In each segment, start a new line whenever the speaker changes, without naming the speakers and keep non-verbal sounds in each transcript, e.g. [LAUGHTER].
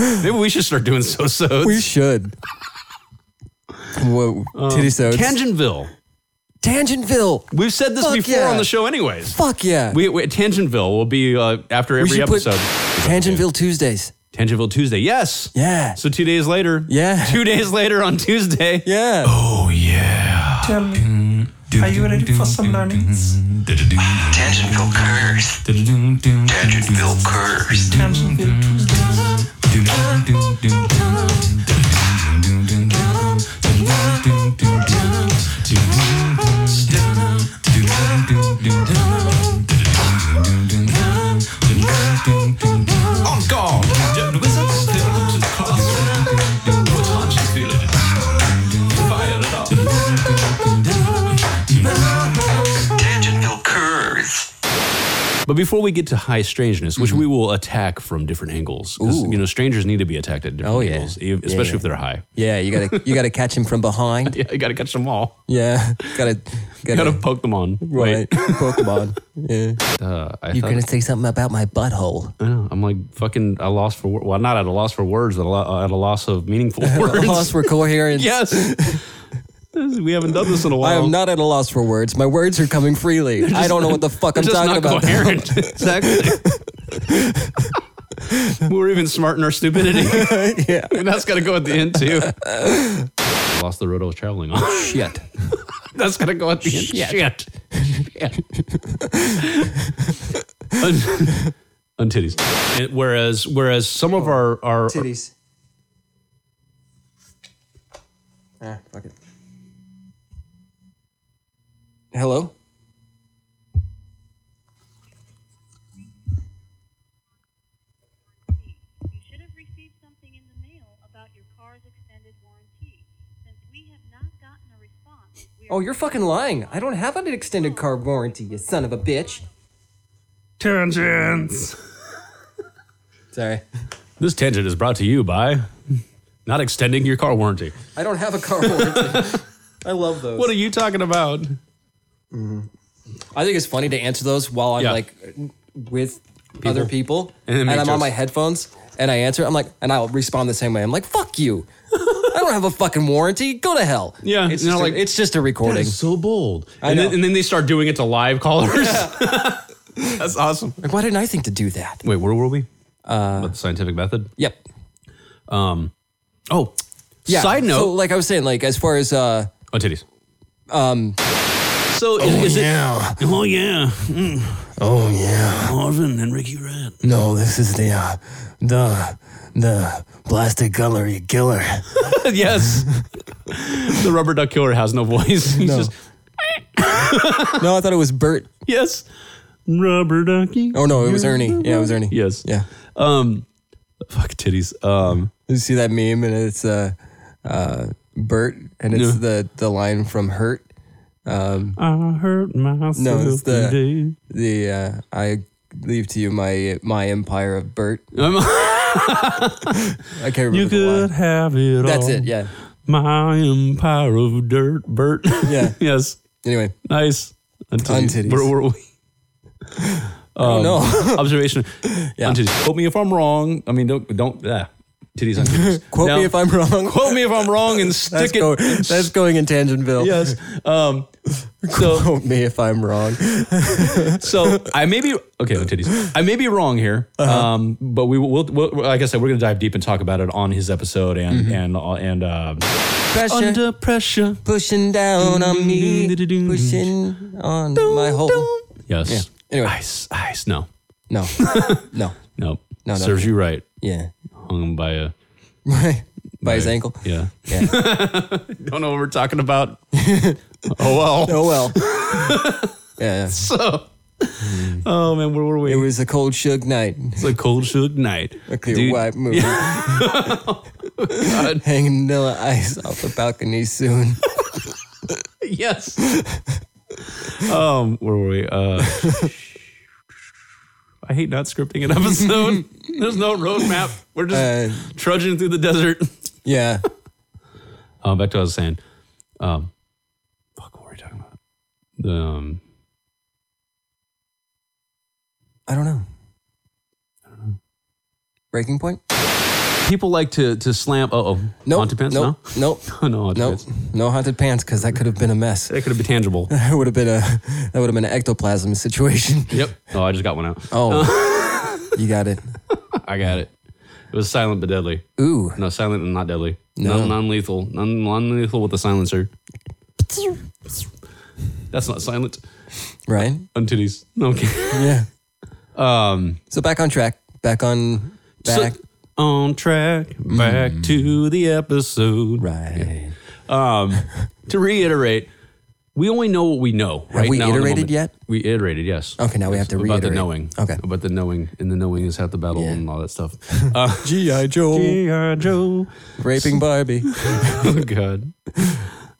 Maybe we should start doing so so.
We [LAUGHS] should. Whoa, titty soads.
Tangentville.
Um, Tangentville.
We've said this
Fuck
before
yeah.
on the show, anyways.
Fuck yeah.
We, we Tangentville will be uh, after
We
every
should
episode.
put Tangentville Tuesdays.
Tangentville Tuesday. Yes.
Yeah.
So two days later.
Yeah.
[LAUGHS] Two days later on Tuesday.
Yeah.
Tell me, are you ready for some learnings?
Tangentville curse. Tangentville curse.
Tangentville Tuesdays.
Tangentville curse.
But before we get to high strangeness, which we will attack from different angles, 'cause,
Mm-hmm. Ooh.
you know, strangers need to be attacked at different
Oh, yeah.
angles, e-
Yeah,
especially
yeah.
if they're high. [LAUGHS]
Yeah, you gotta you gotta catch him from behind.
Yeah, you got to catch them all.
Yeah, [LAUGHS] gotta
You got
gotta,
to
[LAUGHS]
poke them on.
right [LAUGHS]
Wait,
Pokemon. Yeah.
uh, I
You're
thought-
gonna say something about my butthole.
I know. I'm like fucking. I lost for wor- well, not at a loss for words, but a lo- uh, at a loss of meaningful
[LAUGHS] At
words.
a loss for [LAUGHS] coherence.
yes, This- we haven't done this in a
I
while.
am not at a loss for words. My words are coming freely. I don't know what the fuck I'm
It's just
talking
not
about.
coherent. exactly. [LAUGHS]
[LAUGHS]
We're even smart in our stupidity. [LAUGHS]
[LAUGHS] yeah.
And that's got to go at the end
[LAUGHS]
too. lost the road I was traveling on. [LAUGHS]
Shit.
That's gonna go at the end. Shit.
[LAUGHS]
Un- on titties. And whereas, whereas some of our our
Titties. Ah, fuck it. Hello?
You should have received something in the mail about your car's extended warranty. Since we have not gotten a response, we
Oh, you're fucking lying. I don't have an extended car warranty, you son of a bitch.
Tangents.
Sorry.
this tangent is brought to you by not extending your car warranty.
I don't have a car warranty. I love those.
What are you talking about?
I think it's funny to answer those while I'm
Yeah.
like with other people
And it
and,
makes
I'm on
jokes.
my headphones and I answer. I'm like, and I'll respond the same way. I'm like, fuck you. I don't have a fucking warranty. Go to hell.
Yeah,
It's,
you know,
just,
like-
a, it's just a
That
recording.
is so bold. and,
know.
Then, and then they start doing it to live callers. [LAUGHS] That's awesome.
Like, why didn't I think to do that?
Wait, where were we? Uh, About the scientific method.
Yep.
Oh,
Yeah.
Side note.
So, like I was saying, like as far as uh,
oh, titties. Um. So is, is it? Oh yeah.
oh yeah,
Marvin and Ricky Red.
no, this is the uh, the the plastic cutlery killer.
[LAUGHS] yes. the rubber duck killer has no [LAUGHS] voice. He's
No.
just
[LAUGHS] no, I thought it was Bert.
yes. Rubber ducky.
Oh no, it was Ernie. Yeah, it was Ernie.
Yes.
Yeah.
Um fuck titties. Um
You see that meme, and it's uh, uh, Bert, and it's the the line from Hurt.
I hurt myself.
No, it's the-
today.
The uh, I leave to you my my empire
[LAUGHS]
of Bert. [LAUGHS] I can't remember
you
the line.
could have it
That's
all.
it. Yeah.
My empire of dirt, Bert.
Yeah.
[LAUGHS] yes.
Anyway,
Nice. On
titties.
Where were we?
oh
Um,
no.
Observation.
Yeah.
On titties. Quote me if I'm wrong. I mean, don't don't ah. titties on
[LAUGHS]
titties.
[LAUGHS] Quote
Now,
me if I'm wrong.
quote me if I'm wrong and stick
that's,
it. [LAUGHS]
go- that's going in Tangentville.
yes. Um, so
[LAUGHS] Quote me if I'm wrong.
so I may be okay. no titties. I may be wrong here. Um, but we will. We'll, we'll, like I said, we're gonna dive deep and talk about it on his episode and
Mm-hmm.
and uh, and uh,
Pressure
under pressure.
pushing down on me, pushing on my whole.
Yes.
Anyway.
Ice. Ice. No. [LAUGHS]
No, no,
No.
No, no,
Serves you right.
yeah. [LAUGHS]
Hung by a.
By his ankle.
Yeah.
Yeah.
[LAUGHS] Don't know what we're talking
[LAUGHS]
about. oh well.
Oh well. yeah, yeah.
[LAUGHS] So. Oh man, where were we?
Hmm. It was a cold shook night.
It's a cold shook night.
A clear
Dude,
white moon. [LAUGHS] Hanging vanilla ice off the balcony soon.
[LAUGHS] Yes. um, where were we? Uh, [LAUGHS] I hate not scripting an episode. [LAUGHS] There's no roadmap. We're just
Uh,
trudging through the desert. [LAUGHS]
yeah.
Uh, back to what I was saying. Um, fuck, what were we talking about? The, Um,
I don't know. Breaking point?
people like to to slam. Uh oh,
Nope,
haunted pants.
nope,
no,
nope,
no, no, [LAUGHS] haunted
Nope.
pants.
No haunted pants because that could have been a mess.
That could have been tangible.
[LAUGHS] That would have been a that would have been an
[LAUGHS]
ectoplasm situation.
yep. Oh, I just got one out.
Oh, you got it.
I got it. It was silent but deadly.
Ooh.
No, silent and not deadly. No, non-lethal. Non- non-lethal with a silencer. That's not silent.
Right?
On titties. No, okay.
[LAUGHS] Yeah.
Um,
So back on track. Back on
so-
back. Mm.
on track. Back to the episode.
right.
Um,
[LAUGHS]
to reiterate, we only know what we know. Right
we
now in the
iterated
moment.
yet?
We iterated, yes.
Okay, now we have to
about the
reiterate.
knowing.
Okay.
About the knowing, and the knowing is half the battle
Yeah.
and all that
[LAUGHS]
stuff. Uh,
G.I. Joe
G.I. Joe.
raping Barbie. [LAUGHS]
Oh god.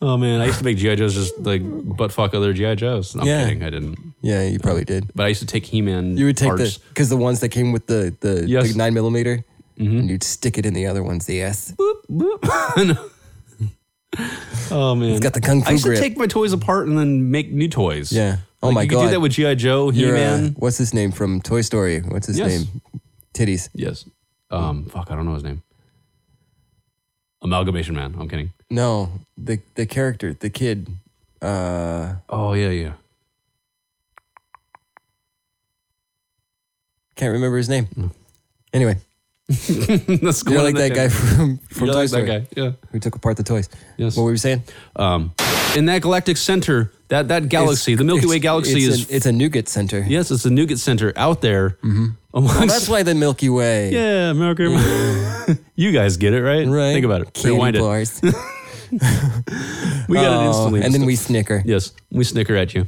Oh man, I used to make GI Joes just like butt fuck other GI Joes. No, I'm
Yeah.
kidding, I didn't.
Yeah, you probably did.
But I used to take He-Man.
You would take
parts.
the because the ones that came with the
Yes.
the,
Mm-hmm.
the nine millimeter, and you'd stick it in the other ones. The
[LAUGHS]
S.
Oh man,
got the kung fu
I used
grip.
to take my toys apart and then make new toys.
Yeah. Oh
Like,
my
you
god.
could do that with GI Joe,
You're, uh,
He-Man.
what's his name from Toy Story? What's his
Yes.
name? Titties.
yes. Um. Fuck, I don't know his name. Amalgamation Man. I'm kidding.
No, the the character, the kid. Uh,
Oh yeah, yeah. [LAUGHS]
can't remember his name. Anyway,
That's
you know, like that guy
[LAUGHS]
from, from
You're
Toy
like
Story
that guy. Yeah.
who took apart the toys.
Yes.
What were you saying?
Um. In that galactic center, that that galaxy,
It's-
the Milky
it's-
Way galaxy
it's
is
an, it's a nougat center.
Yes, it's the nougat center out there. Amongst,
Well, that's why the Milky Way.
[LAUGHS] yeah, America. [LAUGHS] you guys get it, right?
Right.
Think about it.
Candy
Rewind [LAUGHS]
bars.
it. We got it
oh,
instantly.
and then we snicker.
yes, we snicker at you.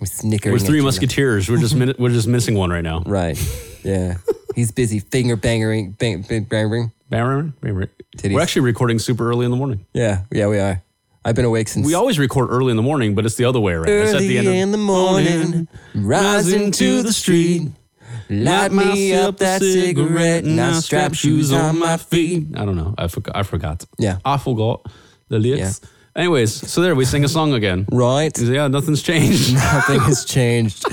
We snicker.
We're three musketeers. We're
[LAUGHS]
just min- we're just missing one right now.
Right.
[LAUGHS]
Yeah. He's busy finger bangering, bang, bang, bangering.
Baron, Baron.
Titties.
We're actually recording super early in the morning.
Yeah. Yeah, we are. I've been awake since
We always record early in the morning, but it's the other way around. it's at
early
the end. Of-
in the morning, rising to the street. Light me up that cigarette, and I strap shoes on my feet.
I don't know. I forgot. I forgot.
Yeah.
I forgot the lyrics. Anyways, so there we sing a song again.
Right? [LAUGHS]
Yeah, nothing's changed.
Nothing [LAUGHS] has changed.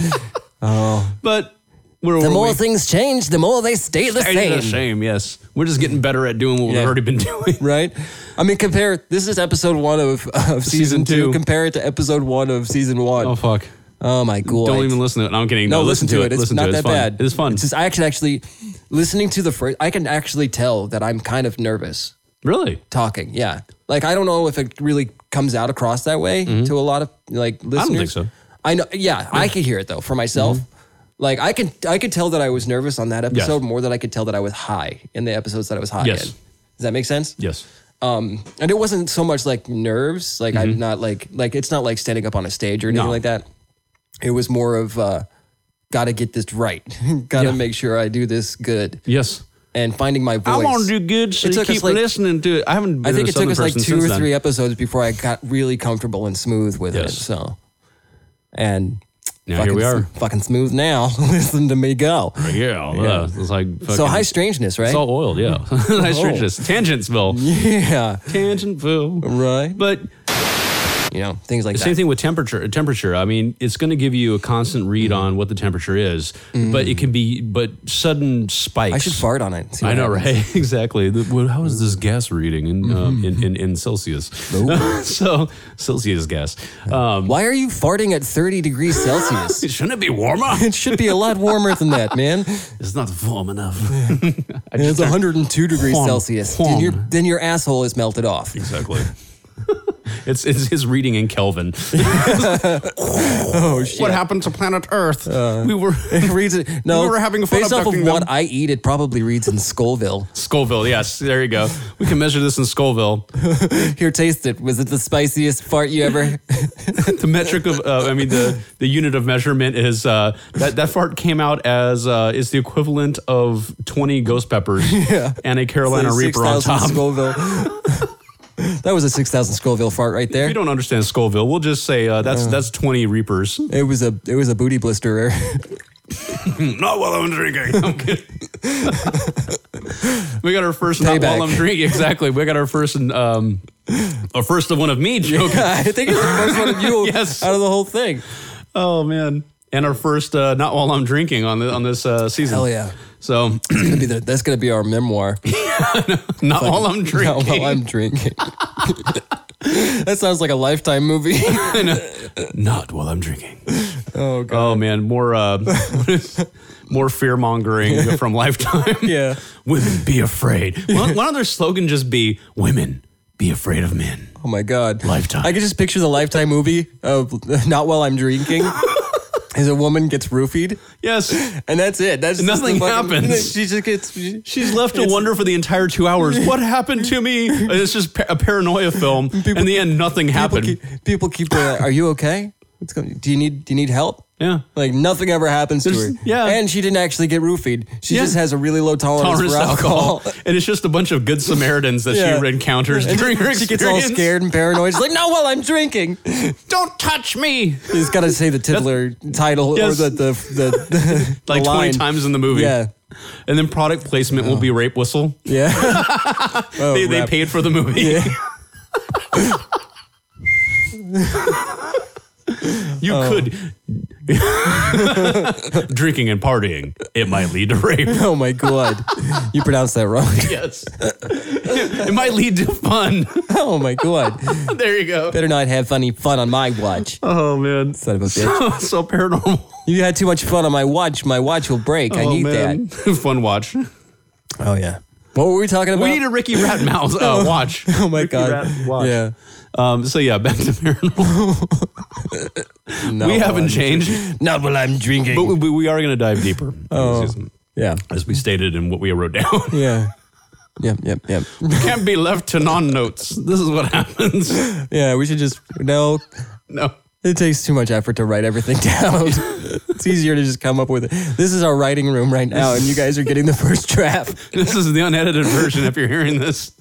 But we're
The
we're-
more
we-
things change, the more they stay the
Ain't it
same.
a shame, yes. We're just getting better at doing what
Yeah.
we've already been [LAUGHS] doing.
Right? I mean, compare. This is episode one of, of season,
Season
two.
two.
Compare it to episode one of season one.
Oh
Oh,
fuck!
my god!
Don't even listen to it. No, I'm kidding.
No, listen, to it. It's
Listen
not
to it.
that
It's fun.
bad.
It's fun.
It's just I can actually listening to the first. I can actually tell that I'm kind of nervous
really.
talking. Yeah, like I don't know if it really comes out across that way to a lot of like listeners.
Mm-hmm. think so. Mm-hmm.
I know. Yeah, I could hear it though for myself. Like I can, I could tell that I was nervous on that episode more than I could tell that I was high in the episodes that I was high
Yes.
in. Does that make sense?
Yes.
Um, and it wasn't so much like nerves. Like I'm not like like it's not like standing up on a stage or anything
Mm-hmm. No.
like that. It was more of uh, gotta get this right. [LAUGHS] gotta
Yeah.
make sure I do this good
Yes.
and finding my voice.
I want to do good, so
It
you
took us,
keep
like-
listening to it. I haven't. Been
I think
a
it took
Southern
us like
person
two or
since then.
three episodes before I got really comfortable and smooth with it.
Yes.
So, and
Now
fucking,
here we are.
fucking smooth now. [LAUGHS] Listen to me go.
Yeah, yeah. It's like fucking,
So high strangeness, right?
It's all oiled. [LAUGHS] Yeah. High strangeness. Tangentsville.
[LAUGHS] yeah,
Tangentsville.
right.
But
You know things like
The
that.
same thing with temperature. Temperature. I mean, it's going to give you a constant read on what the temperature is, but it can be but sudden spikes.
Mm. I should fart on it. See
I
what
know,
happens.
right? [LAUGHS] exactly. The, well, how is this gas reading in um, in, in in Celsius? [LAUGHS] so Celsius gas. Um,
Why are you farting at 30 degrees
[LAUGHS]
Celsius?
shouldn't it be warmer?
it should be a lot warmer than
[LAUGHS]
that, man.
it's not warm enough. I
And
just-
it's 102 degrees
Hum,
Celsius. Then
hum.
your then your asshole is melted off.
exactly. [LAUGHS] It's, it's his reading in Kelvin.
[LAUGHS]
[LAUGHS]
Oh shit! Uh.
What happened to planet Earth? we
[LAUGHS]
were
It [LAUGHS] reads it. No,
We were having fun
based off of
abducting
what
them.
I eat, it probably reads in Scoville.
Scoville. Yes, there you go. We can measure this in Scoville.
Here, taste it. Was it the spiciest fart you
[LAUGHS]
ever?
the metric of uh, I mean the the unit of measurement is uh, that that fart came out as uh, is the equivalent of twenty ghost
[LAUGHS]
peppers and a Carolina Reaper on
6,000
top.
Scoville. [LAUGHS] that was a 6,000 Scoville fart right
If
there.
you don't understand Scoville, we'll just say uh, that's that's twenty Reapers.
It was a it was a booty blisterer. [LAUGHS]
Not while I'm drinking. I'm kidding. we got our first not
Payback.
while I'm drinking. Exactly. We got our first um, our first of one of me joke.
[LAUGHS] I think it's the first one of you
Yes.
out of the whole thing.
Oh man. And our first uh, not while I'm drinking on the, on this uh, season.
Hell yeah.
So [CLEARS THROAT]
It's gonna be the, that's gonna be our memoir. [LAUGHS]
Not while I'm
Not
drinking.
while I'm drinking. [LAUGHS] that sounds like a lifetime movie.
Not while I'm drinking.
[LAUGHS] oh god.
Oh man, more uh, [LAUGHS] more fear mongering
[LAUGHS]
from Lifetime. [LAUGHS]
Yeah.
women be afraid. Why why don't their slogan just be "Women be afraid of men"?
Oh my god.
Lifetime.
I could just picture the lifetime movie of [LAUGHS] Not While I'm Drinking. As a woman gets roofied,
Yes,
and that's it. That's just
Nothing
the fucking-
happens.
She just gets. she-
she's left to wonder for the entire two hours.
[LAUGHS]
What happened to me? And It's just pa- a paranoia film. In the end, nothing
people
happened.
keep, people keep going, Are you okay? What's going? Do you need? Do you need help?
yeah.
Like nothing ever happens to
There's-
her.
yeah.
And she didn't actually get roofied. She
Yeah.
just has a really low tolerance,
Tolerance
for
to
alcohol. [LAUGHS]
alcohol, and it's just a bunch of good Samaritans that
Yeah.
she encounters
And
during her experience.
she gets all scared and paranoid. She's like, "No, while I'm drinking."
Don't touch me!
He's got to say the titular title
Yes.
or the the,
[LAUGHS]
the, the
Like
the line.
twenty times in the movie.
Yeah, Oh.
and then product placement will be rape whistle. [LAUGHS]
yeah. Oh,
they, they
rap.
paid for the movie.
Yeah. [LAUGHS]
you could [LAUGHS] drinking and partying. It might lead to rape.
Oh my god, you pronounced that wrong. [LAUGHS]
Yes, it might lead to fun. [LAUGHS]
oh my god,
there you go.
better not have funny fun on my watch,
Oh man,
son of a bitch.
[LAUGHS] so paranormal.
You had too much fun on my watch. My watch will break. I
oh,
need
man. [LAUGHS] fun watch.
that. Oh yeah. What were we talking about?
We need a Ricky Ratmouse uh, watch.
[LAUGHS] oh my god.
Rat watch.
Yeah.
Um, so yeah, back to paranormal.
No,
we haven't
I'm-
changed,
Not while I'm drinking.
but we, we are going to dive deeper. Excuse me.
yeah.
as we stated in what we wrote down. [LAUGHS]
Yeah. Yep. Yep. Yep. [LAUGHS]
can't be left to non-notes. This is what happens. [LAUGHS]
Yeah. We should just no.
No.
It takes too much effort to write everything [LAUGHS] down. it's easier to just come up with it. This is our writing room right now, and you guys are getting the first draft. [LAUGHS]
This is the unedited version if you're hearing this.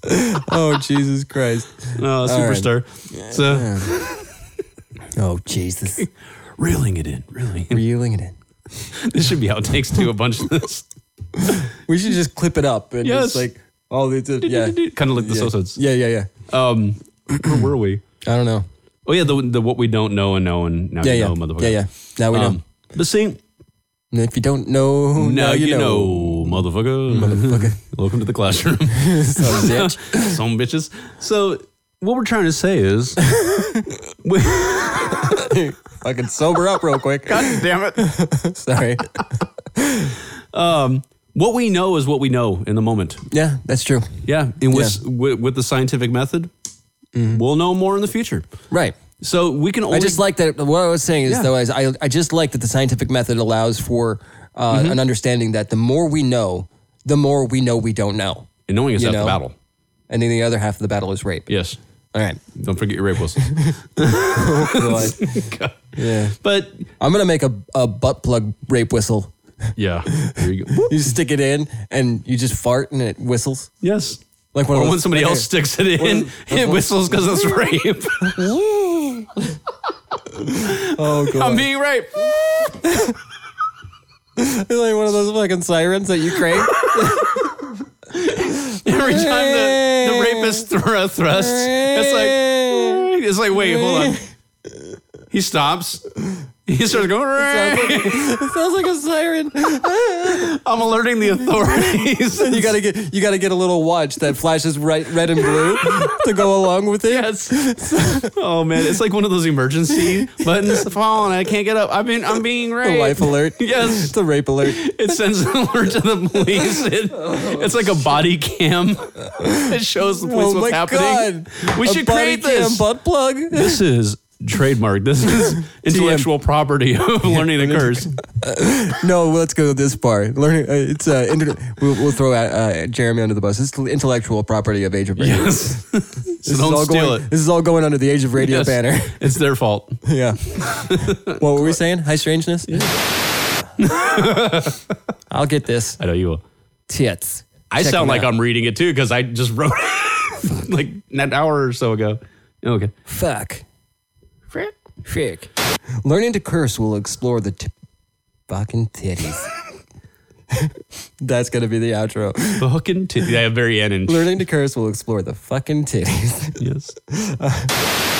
Oh Jesus Christ!
No, Uh, superstar. So
Oh Jesus!
reeling it in, reeling it in.
Reeling it in.
This should be how it takes to a bunch of this. [LAUGHS]
We should just clip it up and
Yes.
just like all the yeah
[LAUGHS] Kind of like the
yeah.
Sosods.
yeah yeah yeah.
Um where were we?
I don't know.
Oh yeah, the, the what we don't know and know and now
Yeah
you
yeah
know, motherfucker.
yeah yeah. Now we
Um, but see,
know. And if you don't know,
now, you, know, motherfucker.
[LAUGHS] Motherfucker.
Welcome to the classroom.
Mm-hmm. [LAUGHS] Son of a bitch.
[LAUGHS] Some bitches. So what we're trying to say
[LAUGHS]
is we-
Fucking sober up real
[LAUGHS]
quick.
damn it.
[LAUGHS] Sorry.
What we know is what we know in the moment.
Yeah, that's true.
Yeah, and with, with with the scientific method, we'll know more in the future.
Right.
So we can only
Mm-hmm. I just like that. What I was saying is
Yeah.
though, is I I just like that the scientific method allows for uh,
Mm-hmm.
an understanding that the more we know, the more we know we don't know,
and knowing is
you
half the
know.
battle.
and then the other half of the battle is rape.
Yes,
All right.
don't forget your rape whistle. [LAUGHS]
yeah.
but
I'm gonna make a, a butt plug rape whistle.
yeah, there you go. Whoop.
You stick it in, and you just fart, and it whistles.
yes.
Like one of
Or
those-
Oh, when somebody
like
else
a-
sticks it in, [LAUGHS] it whistles because it's rape.
[LAUGHS] Oh god!
[LAUGHS] I'm being raped.
It's like one of those fucking sirens that you
[LAUGHS]
crave.
Every time the, the rapist thr- thrusts, it's like it's like wait, hold on. He stops. He starts going. "Rape."
it sounds like a siren.
I'm alerting the authorities. [LAUGHS]
You gotta get you gotta get a little watch that flashes right red and blue to go along with it.
Yes. oh man, it's like one of those emergency [LAUGHS] buttons. The phone. I can't get up. I've been. I'm being
A
raped.
life alert.
Yes.
It's a rape alert.
It sends an alert to the police. It, it's like a body cam. It shows the police what's happening. We
Oh A
should
body
create
cam
this.
butt plug. [LAUGHS]
this is trademark. This is intellectual property of learning to curse.
[LAUGHS] No, let's go this far. Learning. Uh, it's uh, inter- we'll, we'll throw out, uh, Jeremy under the bus. It's the intellectual property of Age of Radio.
Yes. so
This is all
don't steal
going,
it.
This is all going under the Age of Radio
Yes. [LAUGHS]
banner.
It's their fault. [LAUGHS]
yeah. what were we saying? High strangeness. [LAUGHS] I'll get this.
I know you will.
Tits.
I
Check
sound
them
like
out.
I'm reading it too because I just wrote [LAUGHS] it like an hour or so ago. Okay.
Fuck. Frick. Learning to curse will explore the t- fucking titties.
[LAUGHS]
That's gonna be the outro.
Fucking titty. I have very end and
Learning to curse will explore the fucking titties.
yes.